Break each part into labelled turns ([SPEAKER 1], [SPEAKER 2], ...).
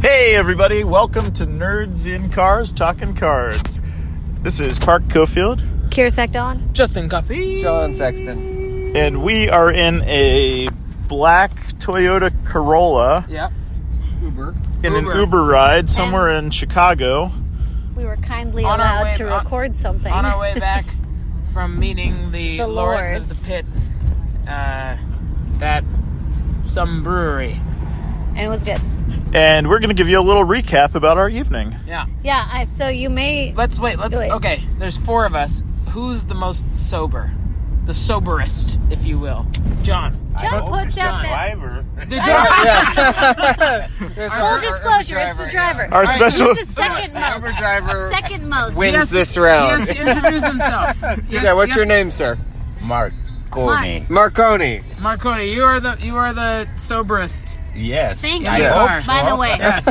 [SPEAKER 1] Hey, everybody, welcome to Nerds in Cars Talking Cards. This is Park Cofield,
[SPEAKER 2] Kiersack Dawn.
[SPEAKER 3] Justin Coffee.
[SPEAKER 4] John Sexton.
[SPEAKER 1] and we are in a black Toyota Corolla
[SPEAKER 4] Yeah. Uber.
[SPEAKER 1] in an
[SPEAKER 3] Uber.
[SPEAKER 1] Uber ride somewhere in Chicago.
[SPEAKER 2] We were kindly
[SPEAKER 3] On our
[SPEAKER 2] allowed
[SPEAKER 3] way-
[SPEAKER 2] to
[SPEAKER 3] on-
[SPEAKER 2] record something.
[SPEAKER 3] On our way back from meeting the,
[SPEAKER 2] The
[SPEAKER 3] lords.
[SPEAKER 2] lords.
[SPEAKER 3] of the pit, uh, that some brewery.
[SPEAKER 2] and it was good.
[SPEAKER 1] And we're going to give you a little recap about our evening.
[SPEAKER 3] Yeah.
[SPEAKER 2] Yeah, I, so you may.
[SPEAKER 3] Let's wait. Let's
[SPEAKER 2] Wait.
[SPEAKER 3] okay. There's four of us. Who's the most sober? The soberest, if you will. John.
[SPEAKER 2] John puts out that.
[SPEAKER 1] Driver.
[SPEAKER 3] The driver.
[SPEAKER 2] Full disclosure, it's the driver.
[SPEAKER 1] Our special.
[SPEAKER 2] He's the second
[SPEAKER 4] Uber
[SPEAKER 2] most.
[SPEAKER 4] driver
[SPEAKER 2] Second most.
[SPEAKER 4] wins
[SPEAKER 3] Yes.
[SPEAKER 4] this
[SPEAKER 3] He
[SPEAKER 4] round.
[SPEAKER 3] has to introduce himself. He has-
[SPEAKER 4] yeah, what's
[SPEAKER 3] he
[SPEAKER 4] your
[SPEAKER 3] has-
[SPEAKER 4] name, sir?
[SPEAKER 5] Mark Coney.
[SPEAKER 4] Marconi.
[SPEAKER 3] Marconi, you are the you are the soberest.
[SPEAKER 5] Yes.
[SPEAKER 2] Thank
[SPEAKER 3] Yeah,
[SPEAKER 2] you.
[SPEAKER 3] you are.
[SPEAKER 2] By the way,
[SPEAKER 3] Yes.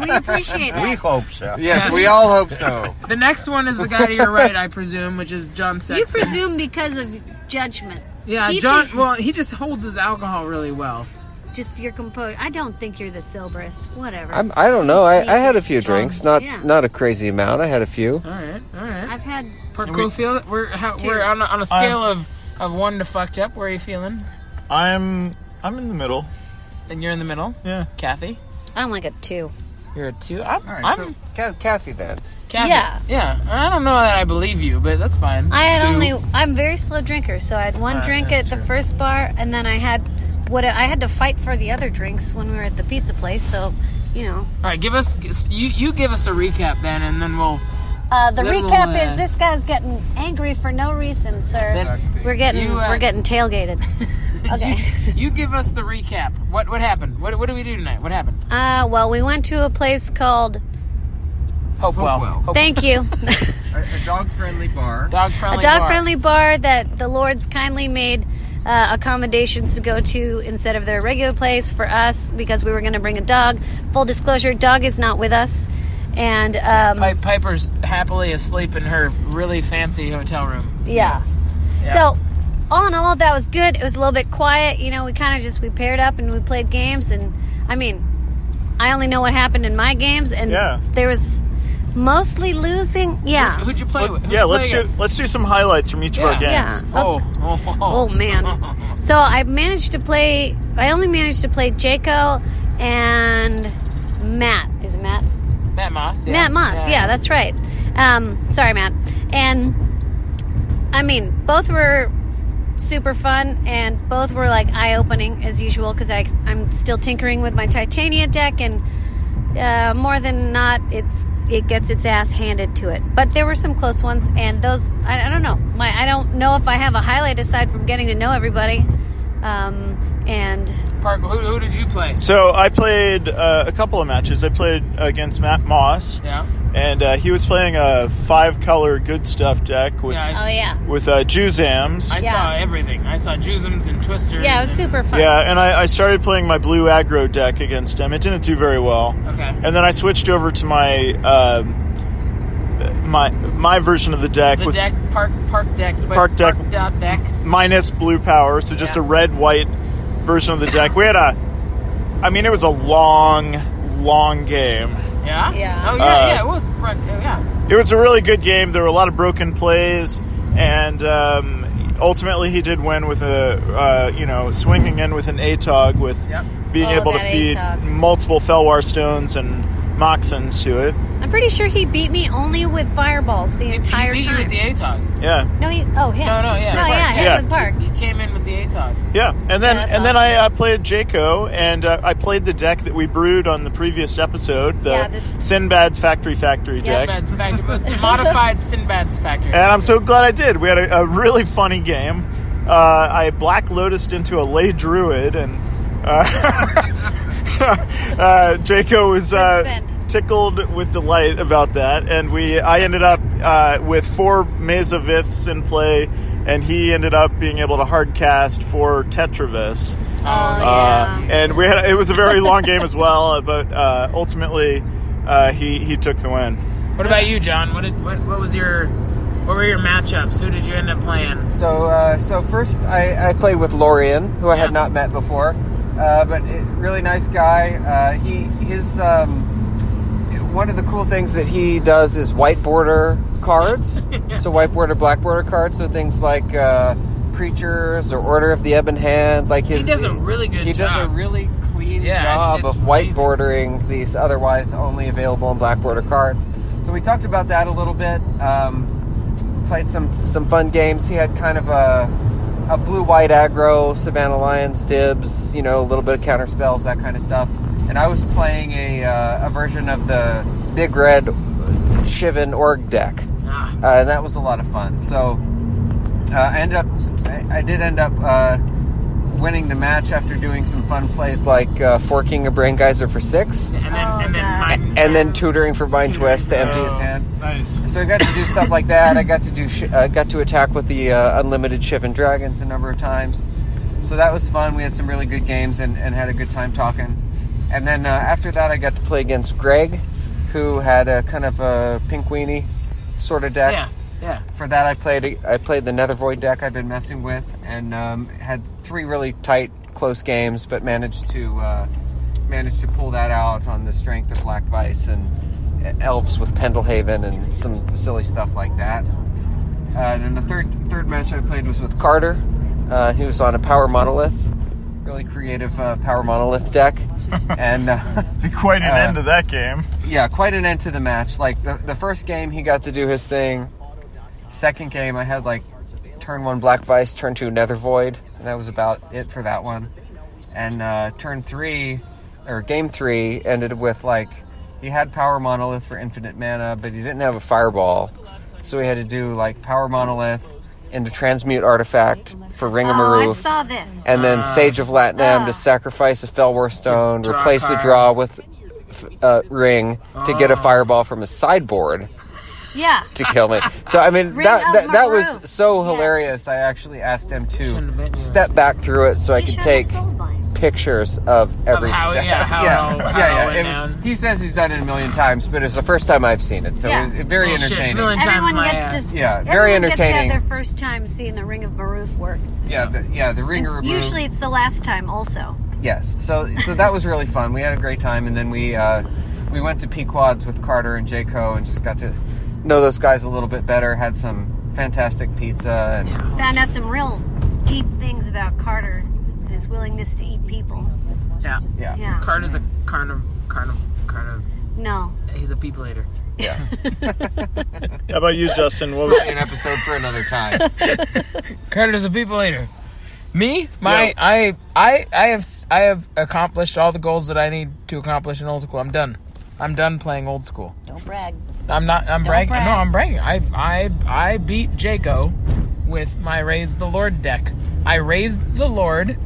[SPEAKER 2] we appreciate that.
[SPEAKER 5] We hope so.
[SPEAKER 4] Yes, we all hope so.
[SPEAKER 3] the next one is the guy to your right, I presume, which is John
[SPEAKER 2] you
[SPEAKER 3] Sexton.
[SPEAKER 2] presume because of judgment.
[SPEAKER 3] yeah,
[SPEAKER 2] he
[SPEAKER 3] John.
[SPEAKER 2] pre-
[SPEAKER 3] Well, he just holds his alcohol really well.
[SPEAKER 2] Just your composure. I don't think you're the soberest. Whatever.
[SPEAKER 4] I'm, I don't know. I, I had a few drinks, not
[SPEAKER 2] Yeah.
[SPEAKER 4] not a crazy amount. I had a few.
[SPEAKER 3] All right. All right.
[SPEAKER 2] I've had.
[SPEAKER 3] Park
[SPEAKER 1] we-
[SPEAKER 3] we, Cofield, we're how, we're on a, on a scale of of one to fucked up. Where are you feeling?
[SPEAKER 1] I'm I'm in the middle.
[SPEAKER 3] And you're in the middle.
[SPEAKER 1] Yeah.
[SPEAKER 3] Kathy,
[SPEAKER 2] I'm like a two.
[SPEAKER 3] you're a two. I'm,
[SPEAKER 4] All
[SPEAKER 3] I'm
[SPEAKER 4] right, so Ca- Kathy then.
[SPEAKER 3] Kathy.
[SPEAKER 2] Yeah.
[SPEAKER 3] yeah. I don't know that I believe you, but that's fine.
[SPEAKER 2] I had
[SPEAKER 3] Two.
[SPEAKER 2] only. I'm a very slow drinker, so I had one
[SPEAKER 3] Uh,
[SPEAKER 2] drink at
[SPEAKER 3] that's
[SPEAKER 2] the first bar, and then I had what I had to fight for the other drinks when we were at the pizza place. So, you know.
[SPEAKER 3] All right, give us you you give us a recap then, and then we'll.
[SPEAKER 2] Uh, the
[SPEAKER 3] Little,
[SPEAKER 2] recap
[SPEAKER 3] uh,
[SPEAKER 2] is this guy's getting angry for no reason, sir.
[SPEAKER 3] Then
[SPEAKER 2] we're getting
[SPEAKER 3] You, uh,
[SPEAKER 2] we're getting tailgated. okay.
[SPEAKER 3] you give us the recap. What what happened? What what do we do tonight? What happened?
[SPEAKER 2] Uh, well, we went to a place called.
[SPEAKER 3] Hopewell.
[SPEAKER 4] Hopewell.
[SPEAKER 2] Thank you.
[SPEAKER 4] A, dog friendly bar.
[SPEAKER 3] Dog friendly.
[SPEAKER 2] a dog friendly bar that the Lords kindly made uh, accommodations to go to instead of their regular place for us because we were going to bring a dog. Full disclosure, dog is not with us. And um,
[SPEAKER 3] Pi- Piper's happily asleep in her really fancy hotel room.
[SPEAKER 2] yeah.
[SPEAKER 3] Yeah.
[SPEAKER 2] So, all in all, that was good. It was a little bit quiet. You know, we kind of just we paired up and we played games. And I mean, I only know what happened in my games, and
[SPEAKER 1] Yeah.
[SPEAKER 2] there was mostly losing. Yeah.
[SPEAKER 3] Who'd you play with? Who'd
[SPEAKER 1] Yeah,
[SPEAKER 3] you play
[SPEAKER 1] let's do
[SPEAKER 3] against?
[SPEAKER 1] let's do some highlights from each of our
[SPEAKER 2] Yeah.
[SPEAKER 1] games.
[SPEAKER 3] Oh, oh, oh,
[SPEAKER 2] Oh man. So I managed to play. I only managed to play Jaco and Matt. Is it Matt?
[SPEAKER 3] Matt Moss. Yeah.
[SPEAKER 2] Matt Moss. Yeah, that's right. Um, sorry, Matt. And I mean, both were super fun, and both were like eye-opening as usual because I I'm still tinkering with my Titania deck, and uh, more than not, it's it gets its ass handed to it. But there were some close ones, and those I, I don't know. My I don't know if I have a highlight aside from getting to know everybody. Um, and
[SPEAKER 3] Park, who, who did you play?
[SPEAKER 1] So I played uh, a couple of matches. I played against Matt Moss,
[SPEAKER 3] Yeah.
[SPEAKER 1] and uh, he was playing a five-color good stuff deck with
[SPEAKER 3] Yeah,
[SPEAKER 2] oh yeah,
[SPEAKER 1] with uh, Juzams.
[SPEAKER 3] I
[SPEAKER 2] Yeah.
[SPEAKER 3] saw everything. I saw Jusums and Twisters.
[SPEAKER 2] yeah, it was
[SPEAKER 3] and-
[SPEAKER 2] super fun.
[SPEAKER 1] Yeah, and I, I started playing my blue aggro deck against him. It didn't do very well.
[SPEAKER 3] Okay.
[SPEAKER 1] And then I switched over to my uh, my my version of the deck
[SPEAKER 3] The
[SPEAKER 1] with
[SPEAKER 3] deck, park, park deck, but
[SPEAKER 1] Park deck.
[SPEAKER 3] park dot deck.
[SPEAKER 1] minus blue power, so just
[SPEAKER 3] Yeah.
[SPEAKER 1] a red white version of the deck. We had a, I mean, it was a long, long game.
[SPEAKER 3] Yeah.
[SPEAKER 2] Yeah.
[SPEAKER 3] Oh yeah,
[SPEAKER 1] Uh,
[SPEAKER 3] yeah. It was front. Oh, yeah.
[SPEAKER 1] It was a really good game. There were a lot of broken plays, and um, ultimately he did win with a uh, you know swinging in with an atog with
[SPEAKER 3] Yep.
[SPEAKER 1] being
[SPEAKER 2] Oh,
[SPEAKER 1] able to
[SPEAKER 2] that
[SPEAKER 1] feed
[SPEAKER 2] Atog.
[SPEAKER 1] multiple Felwar stones and Moxons to it.
[SPEAKER 2] I'm pretty sure he beat me only with fireballs the entire
[SPEAKER 3] he beat
[SPEAKER 2] time.
[SPEAKER 3] you with the ATOG.
[SPEAKER 1] Yeah.
[SPEAKER 2] No, he, oh him.
[SPEAKER 3] No, no, yeah.
[SPEAKER 2] no,
[SPEAKER 3] Park.
[SPEAKER 2] yeah, him
[SPEAKER 1] Yeah.
[SPEAKER 2] with Park.
[SPEAKER 3] He came in with the ATOG.
[SPEAKER 1] Yeah, and then
[SPEAKER 2] that's
[SPEAKER 1] and then I uh, played Jaco, and uh, I played the deck that we brewed on the previous episode, the
[SPEAKER 2] Yeah, this-
[SPEAKER 1] Sinbad's Factory Factory
[SPEAKER 2] Yeah.
[SPEAKER 1] deck.
[SPEAKER 3] Sinbad's factory, but modified Sinbad's factory.
[SPEAKER 1] And I'm so glad I did. We had a, a really funny game. Uh, I black lotused into a lay druid, and uh, uh, Jaco was uh,
[SPEAKER 2] spend.
[SPEAKER 1] tickled with delight about that. And we, I ended up uh, with four Mesa Viths in play, and he ended up being able to hard cast four Tetravis.
[SPEAKER 3] Oh,
[SPEAKER 1] Uh, and we had it was a very long game as well, but uh, ultimately uh, he he took the win.
[SPEAKER 3] What about you, John? What did what, what was your what were your matchups? Who did you end up playing?
[SPEAKER 4] So, uh, so first I, I played with Lorian, who I had
[SPEAKER 3] Yeah.
[SPEAKER 4] not met before. uh, but it, really nice guy. Uh, he his um, one of the cool things that he does is white border cards. so white border, black border cards. So things like uh, preachers or Order of the Ebon Hand. Like his
[SPEAKER 3] He does a really good
[SPEAKER 4] he
[SPEAKER 3] job.
[SPEAKER 4] does a really clean
[SPEAKER 3] Yeah, it's-
[SPEAKER 4] job
[SPEAKER 3] it's
[SPEAKER 4] of white
[SPEAKER 3] amazing.
[SPEAKER 4] bordering these otherwise only available in black border cards. So we talked about that a little bit. Um, played some some fun games. He had kind of a a blue white aggro, Savannah Lions dibs, you know, a little bit of counter spells, that kind of stuff. And I was playing a uh, a version of the big red Shivan org deck
[SPEAKER 3] Ah,
[SPEAKER 4] uh, and that was a lot of fun. So uh, I ended up, I, I did end up uh, winning the match after doing some fun plays like uh, forking a brain geyser for six,
[SPEAKER 3] and then
[SPEAKER 2] Oh,
[SPEAKER 3] and then
[SPEAKER 2] God.
[SPEAKER 3] mine,
[SPEAKER 4] and then tutoring for bind twist to empty his
[SPEAKER 1] Oh,
[SPEAKER 4] hand.
[SPEAKER 1] Nice.
[SPEAKER 4] So I got to do stuff like that. I got to do, sh- uh, got to attack with the uh, unlimited Shivan dragons a number of times. So that was fun. We had some really good games and, and had a good time talking. And then uh, after that, I got to play against Greg, who had a kind of a pink weenie sort of deck
[SPEAKER 3] yeah, yeah.
[SPEAKER 4] for that I played I played the Nether Void deck I've been messing with and um, had three really tight close games but managed to uh, managed to pull that out on the strength of Black Vice and uh, Elves with Pendlehaven and some silly stuff like that. Uh, and then the third third match I played was with Carter, uh, who was on a Power Monolith, really creative uh, Power Monolith deck, and uh,
[SPEAKER 1] Quite an
[SPEAKER 4] Uh,
[SPEAKER 1] end to that game.
[SPEAKER 4] yeah, quite an end to the match. Like the, the first game, he got to do his thing. Second game, I had like turn one Black Vice, turn two Nether Void, and that was about it for that one. And uh, turn three, or game three, ended with like he had Power Monolith for infinite mana, but he didn't have a Fireball, so he had to do like Power Monolith into Transmute Artifact for Ring of
[SPEAKER 2] Oh, I
[SPEAKER 4] Maroof
[SPEAKER 2] saw this.
[SPEAKER 4] and then Sage of Latinam
[SPEAKER 2] Ah.
[SPEAKER 4] to sacrifice a Fellwar Stone,
[SPEAKER 3] To draw a
[SPEAKER 4] replace the
[SPEAKER 3] card. Ah.
[SPEAKER 4] draw with uh, Ring to get a fireball from his sideboard
[SPEAKER 2] Yeah.
[SPEAKER 4] to kill me. So I mean,
[SPEAKER 2] Ring
[SPEAKER 4] that
[SPEAKER 2] of
[SPEAKER 4] that, that
[SPEAKER 2] Maroof.
[SPEAKER 4] was so
[SPEAKER 2] Yes.
[SPEAKER 4] hilarious. I actually asked him
[SPEAKER 3] Shouldn't have been
[SPEAKER 4] to step back through it so I
[SPEAKER 2] They
[SPEAKER 4] could
[SPEAKER 2] showed
[SPEAKER 4] take
[SPEAKER 2] us soul vines.
[SPEAKER 4] pictures of every
[SPEAKER 3] how-
[SPEAKER 4] step.
[SPEAKER 3] yeah, how it all- how it all went
[SPEAKER 4] was-
[SPEAKER 3] down.
[SPEAKER 4] he says he's done it a million times, but it's the first time I've seen it, so
[SPEAKER 2] Yeah.
[SPEAKER 4] it was very
[SPEAKER 3] Oh, shit,
[SPEAKER 4] entertaining.
[SPEAKER 3] million- Time
[SPEAKER 2] Everyone
[SPEAKER 3] my
[SPEAKER 2] gets
[SPEAKER 3] ass.
[SPEAKER 2] to
[SPEAKER 4] Yeah,
[SPEAKER 2] everyone
[SPEAKER 4] very
[SPEAKER 2] gets to have
[SPEAKER 4] entertaining.
[SPEAKER 2] their first time seeing the Ring of Maroof work.
[SPEAKER 4] yeah, the, yeah, the ring
[SPEAKER 2] It's-
[SPEAKER 4] removed.
[SPEAKER 2] usually it's the last time also.
[SPEAKER 4] Yes. So so that was really fun. We had a great time, and then we uh, we went to Pequods with Carter and Jayco, and just got to know those guys a little bit better. Had some fantastic pizza, and
[SPEAKER 2] Found out some real deep things about Carter and his willingness to eat people.
[SPEAKER 3] Yeah.
[SPEAKER 4] yeah,
[SPEAKER 2] Yeah.
[SPEAKER 3] Card is a carniv carniv carniv.
[SPEAKER 2] No.
[SPEAKER 3] He's a people eater.
[SPEAKER 1] How about you, Justin? What was
[SPEAKER 4] an episode for another time.
[SPEAKER 3] Carter's a people eater. Me, my, I, I, I have, s- I have accomplished all the goals that I need to accomplish in old school. I'm done. I'm done playing old school.
[SPEAKER 2] Don't brag.
[SPEAKER 3] I'm not. I'm bragging.
[SPEAKER 2] brag.
[SPEAKER 3] No, I'm bragging. I, I, I beat Jaco with my raise the Lord deck. I raised the Lord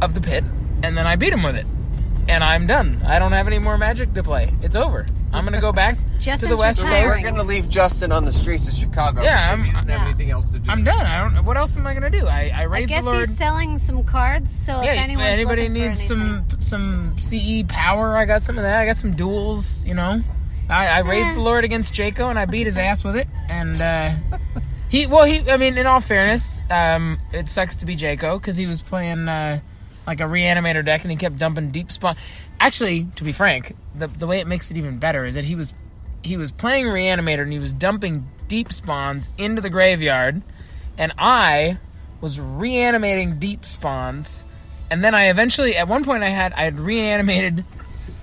[SPEAKER 3] of the pit, and then I beat him with it. And I'm done. I don't have any more magic to play. It's over. I'm gonna go back to
[SPEAKER 2] Justin's
[SPEAKER 3] the West
[SPEAKER 2] retiring.
[SPEAKER 4] We're
[SPEAKER 3] Coast.
[SPEAKER 4] gonna leave Justin on the streets of Chicago.
[SPEAKER 3] Yeah,
[SPEAKER 4] because he
[SPEAKER 3] I'm-
[SPEAKER 4] doesn't have
[SPEAKER 2] yeah.
[SPEAKER 4] anything else to do.
[SPEAKER 3] I'm done. I don't. What else am I gonna do? I, I
[SPEAKER 2] I
[SPEAKER 3] raised
[SPEAKER 2] guess
[SPEAKER 3] the Lord.
[SPEAKER 2] he's selling some cards, so if anyone's
[SPEAKER 3] anybody
[SPEAKER 2] looking for
[SPEAKER 3] needs
[SPEAKER 2] anything-
[SPEAKER 3] some some CE power, I got some of that. I got some duels, you know. I, I raised the Lord against Jaco and I beat his ass with it. And uh, he, well, he, I mean, in all fairness, um, it sucks to be Jaco because he was playing uh, like a reanimator deck and he kept dumping deep spawn. Actually, to be frank, the the way it makes it even better is that he was he was playing reanimator and he was dumping deep spawns into the graveyard, and I was reanimating deep spawns and then I eventually, at one point, I had I had reanimated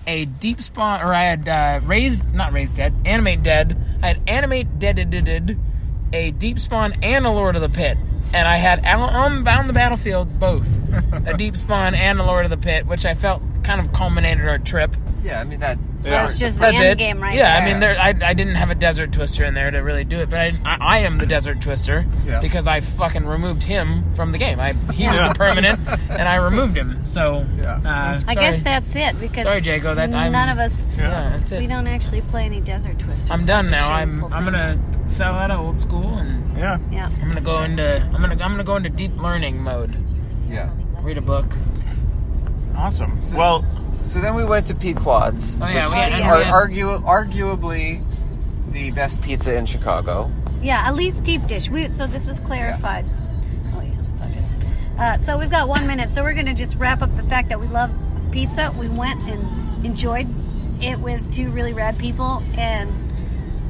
[SPEAKER 3] a deep spawn, or I had uh, raised, not raised dead, animate dead. I had animate deaded a deep spawn and a Lord of the Pit, and I had Al- unbound the battlefield both a deep spawn and a Lord of the Pit, which I felt kind of culminated our trip.
[SPEAKER 4] Yeah, I mean that.
[SPEAKER 2] So it's just the end
[SPEAKER 3] it.
[SPEAKER 2] game right
[SPEAKER 3] yeah,
[SPEAKER 2] there.
[SPEAKER 3] I mean, there, I, I didn't have a desert twister in there to really do it, but I, I, I am the desert twister
[SPEAKER 4] Yeah.
[SPEAKER 3] because I fucking removed him from the game. I he was the permanent, and I removed him. So
[SPEAKER 4] Yeah.
[SPEAKER 3] uh,
[SPEAKER 2] I
[SPEAKER 3] sorry.
[SPEAKER 2] guess that's it because
[SPEAKER 3] Sorry, Jaco, that- I'm-
[SPEAKER 2] none of us
[SPEAKER 3] yeah, that's
[SPEAKER 2] we
[SPEAKER 3] it.
[SPEAKER 2] don't actually play any desert twisters.
[SPEAKER 3] I'm done
[SPEAKER 2] It's a
[SPEAKER 3] now. I'm
[SPEAKER 2] shameful
[SPEAKER 3] I'm
[SPEAKER 2] thing.
[SPEAKER 3] gonna sell out of old school, and
[SPEAKER 1] Yeah.
[SPEAKER 2] yeah.
[SPEAKER 3] I'm gonna go into I'm gonna I'm gonna go into deep learning mode.
[SPEAKER 4] Yeah.
[SPEAKER 3] Read a book.
[SPEAKER 1] Awesome. Well,
[SPEAKER 4] So then we went to Pequods,
[SPEAKER 3] Oh yeah, we had,
[SPEAKER 2] is
[SPEAKER 3] and
[SPEAKER 2] our
[SPEAKER 3] we
[SPEAKER 4] are
[SPEAKER 3] had-
[SPEAKER 4] argu- arguably the best pizza in Chicago.
[SPEAKER 2] Yeah, at least deep dish. We so this was clarified. Oh yeah. Uh, so we've got one minute. So we're going to just wrap up the fact that we love pizza. We went and enjoyed it with two really rad people and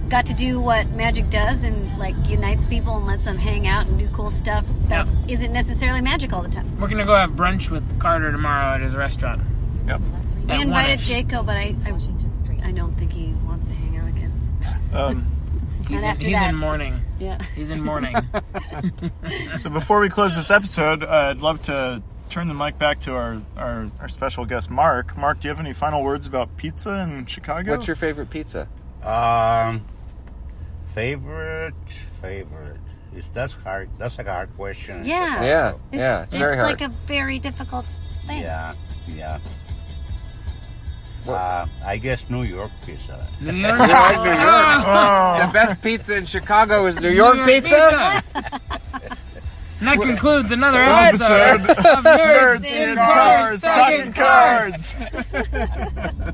[SPEAKER 2] got to do what magic does and like unites people and lets them hang out and do cool stuff that
[SPEAKER 3] Yep.
[SPEAKER 2] not necessarily magic all the time.
[SPEAKER 3] We're gonna go have brunch with Carter tomorrow at his restaurant. At
[SPEAKER 2] we invited
[SPEAKER 3] one-ish.
[SPEAKER 2] Jaco, but I, I, I don't think he wants to hang out again.
[SPEAKER 1] Um,
[SPEAKER 3] He's, in,
[SPEAKER 2] after
[SPEAKER 3] he's
[SPEAKER 2] that-
[SPEAKER 3] in mourning.
[SPEAKER 2] Yeah.
[SPEAKER 3] He's in mourning.
[SPEAKER 1] so before we close this episode, uh, I'd love to turn the mic back to our, our, our special guest, Mark. Mark, do you have any final words about pizza in Chicago?
[SPEAKER 4] What's your favorite pizza?
[SPEAKER 5] Um, favorite, favorite. Is that's hard? That's like a hard question.
[SPEAKER 2] Yeah.
[SPEAKER 4] Yeah,
[SPEAKER 2] Uh, It's,
[SPEAKER 4] yeah, it's, very hard.
[SPEAKER 2] like a very difficult thing.
[SPEAKER 5] Yeah. Yeah.
[SPEAKER 4] What-
[SPEAKER 5] Uh, I guess New York pizza.
[SPEAKER 3] New York.
[SPEAKER 4] You like New York?
[SPEAKER 1] Oh,
[SPEAKER 4] The best pizza in Chicago is New York, pizza.
[SPEAKER 3] And that concludes another
[SPEAKER 4] What?
[SPEAKER 3] episode of Nerds
[SPEAKER 1] nerds
[SPEAKER 3] in
[SPEAKER 1] in cars,
[SPEAKER 3] Cars Talking
[SPEAKER 1] talking cars.